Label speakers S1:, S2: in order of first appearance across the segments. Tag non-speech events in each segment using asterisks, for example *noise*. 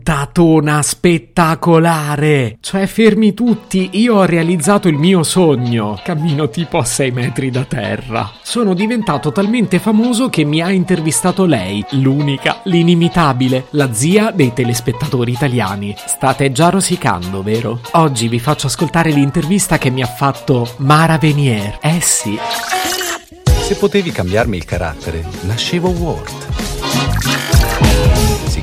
S1: puntatona spettacolare! Cioè, fermi tutti, io ho realizzato il mio sogno. Cammino tipo a 6 metri da terra. Sono diventato talmente famoso che mi ha intervistato lei, l'unica, l'inimitabile, la zia dei telespettatori italiani. State già rosicando, vero? Oggi vi faccio ascoltare l'intervista che mi ha fatto Mara Venier. Eh sì.
S2: Se potevi cambiarmi il carattere, nascevo Ward. Si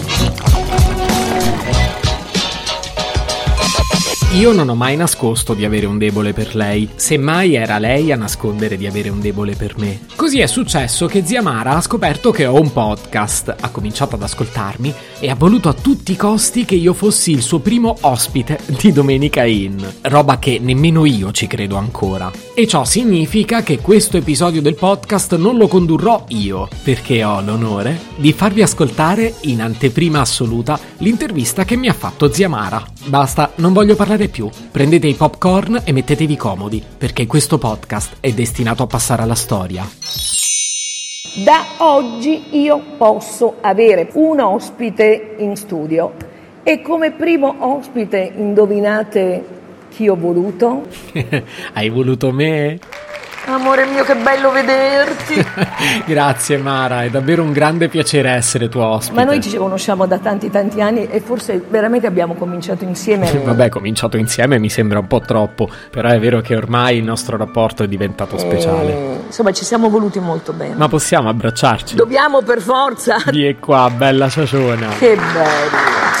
S1: Io non ho mai nascosto di avere un debole per lei, semmai era lei a nascondere di avere un debole per me. Così è successo che zia Mara ha scoperto che ho un podcast, ha cominciato ad ascoltarmi e ha voluto a tutti i costi che io fossi il suo primo ospite di Domenica In, roba che nemmeno io ci credo ancora. E ciò significa che questo episodio del podcast non lo condurrò io, perché ho l'onore di farvi ascoltare in anteprima assoluta l'intervista che mi ha fatto zia Mara. Basta, non voglio parlare più. Prendete i popcorn e mettetevi comodi, perché questo podcast è destinato a passare alla storia. *laughs*
S3: Da oggi io posso avere un ospite in studio e come primo ospite indovinate chi ho voluto?
S1: Hai voluto me?
S3: Amore mio, che bello vederti!
S1: *laughs* Grazie Mara, è davvero un grande piacere essere tuo ospite.
S3: *laughs* Ma noi ci conosciamo da tanti tanti anni e forse veramente abbiamo cominciato insieme.
S1: *laughs* Vabbè, cominciato insieme mi sembra un po' troppo, però è vero che ormai il nostro rapporto è diventato speciale.
S3: Eh, Insomma, ci siamo voluti molto bene.
S1: Ma possiamo abbracciarci?
S3: Dobbiamo
S1: *laughs*
S3: per forza!
S1: Di e qua, bella ciaciona.
S3: Che bello!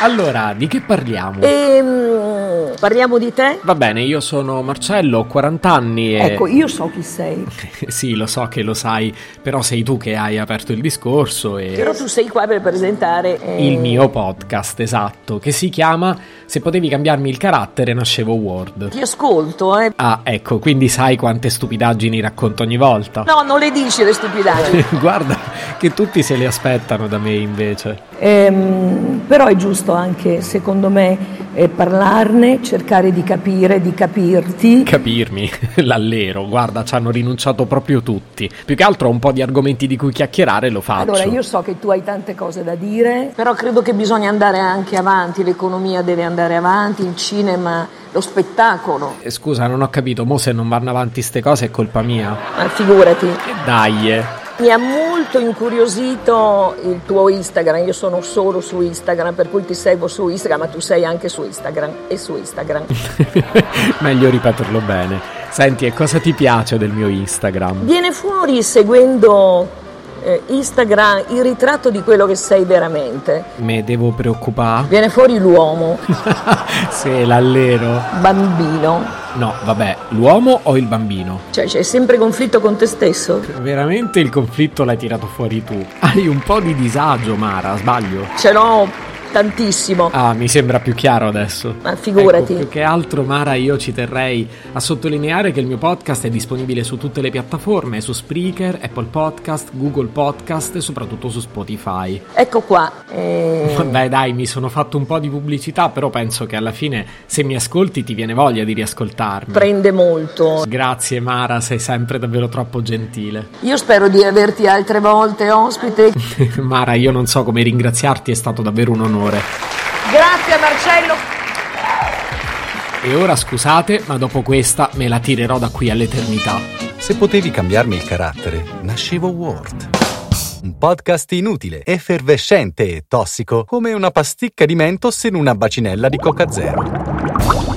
S1: Allora, di che parliamo?
S3: Eh. Ehm, parliamo di te?
S1: Va bene, io sono Marcello, ho 40 anni e...
S3: Ecco, io so chi sei,
S1: Eh. *laughs* Sì, lo so che lo sai, però sei tu che hai aperto il discorso e...
S3: però tu sei qua per presentare eh,
S1: Il mio podcast, esatto, che si chiama Se potevi cambiarmi il carattere nascevo Word.
S3: Ti ascolto, eh.
S1: Ah, ecco, quindi sai quante stupidaggini racconto ogni
S3: *laughs*
S1: volta.
S3: No, non le dici le stupidaggini.
S1: Guarda che tutti se le aspettano da me invece.
S3: Ehm, però è giusto anche, secondo me, eh, parlarne, cercare di capire, di capirti.
S1: Capirmi, *laughs* l'allero, guarda, ci hanno rinunciato proprio tutti. Più che altro ho un po' di argomenti di cui chiacchierare lo faccio.
S3: allora, io so che tu hai tante cose da dire, però credo che bisogna andare anche avanti, l'economia deve andare avanti, il cinema, lo spettacolo,
S1: Eh, Scusa, non ho capito, mo se non vanno avanti ste cose è colpa mia.
S3: ma figurati.
S1: E dai. eh. *laughs*
S3: Mi ha molto incuriosito il tuo Instagram, io sono solo su Instagram, per cui ti seguo su Instagram, ma tu sei anche su Instagram e su Instagram.
S1: Meglio ripeterlo bene. Senti, e cosa ti piace del mio Instagram?
S3: Viene fuori seguendo eh, Instagram il ritratto di quello che sei veramente.
S1: Me devo preoccupare?
S3: Viene fuori *laughs* l'uomo,
S1: *laughs* Se l'allero.
S3: bambino,
S1: No, vabbè, l'uomo o il bambino?
S3: cioè c'è sempre conflitto con te stesso.
S1: Veramente il conflitto l'hai tirato fuori tu. Hai un po' di disagio, Mara, sbaglio?
S3: Ce l'ho tantissimo,
S1: Ah, mi sembra più chiaro adesso.
S3: ma figurati.
S1: Ecco, più che altro, Mara, io ci terrei a sottolineare che il mio podcast è disponibile su tutte le piattaforme, su Spreaker, Apple Podcast, Google Podcast e soprattutto su Spotify.
S3: Ecco qua. eh,
S1: Vabbè, dai, mi sono fatto un po' di pubblicità, però penso che alla fine, se mi ascolti, ti viene voglia di riascoltarmi.
S3: prende molto.
S1: Grazie, Mara, sei sempre davvero troppo gentile. *laughs*
S3: Io spero di averti altre volte ospite.
S1: Mara, io non so come ringraziarti, è stato davvero un onore.
S3: Grazie Marcello.
S1: E ora scusate, ma dopo questa me la tirerò da qui all'eternità.
S2: Se potevi cambiarmi il carattere, nascevo Ward. Un podcast inutile, effervescente e tossico, come una pasticca di mentos in una bacinella di Coca Zero.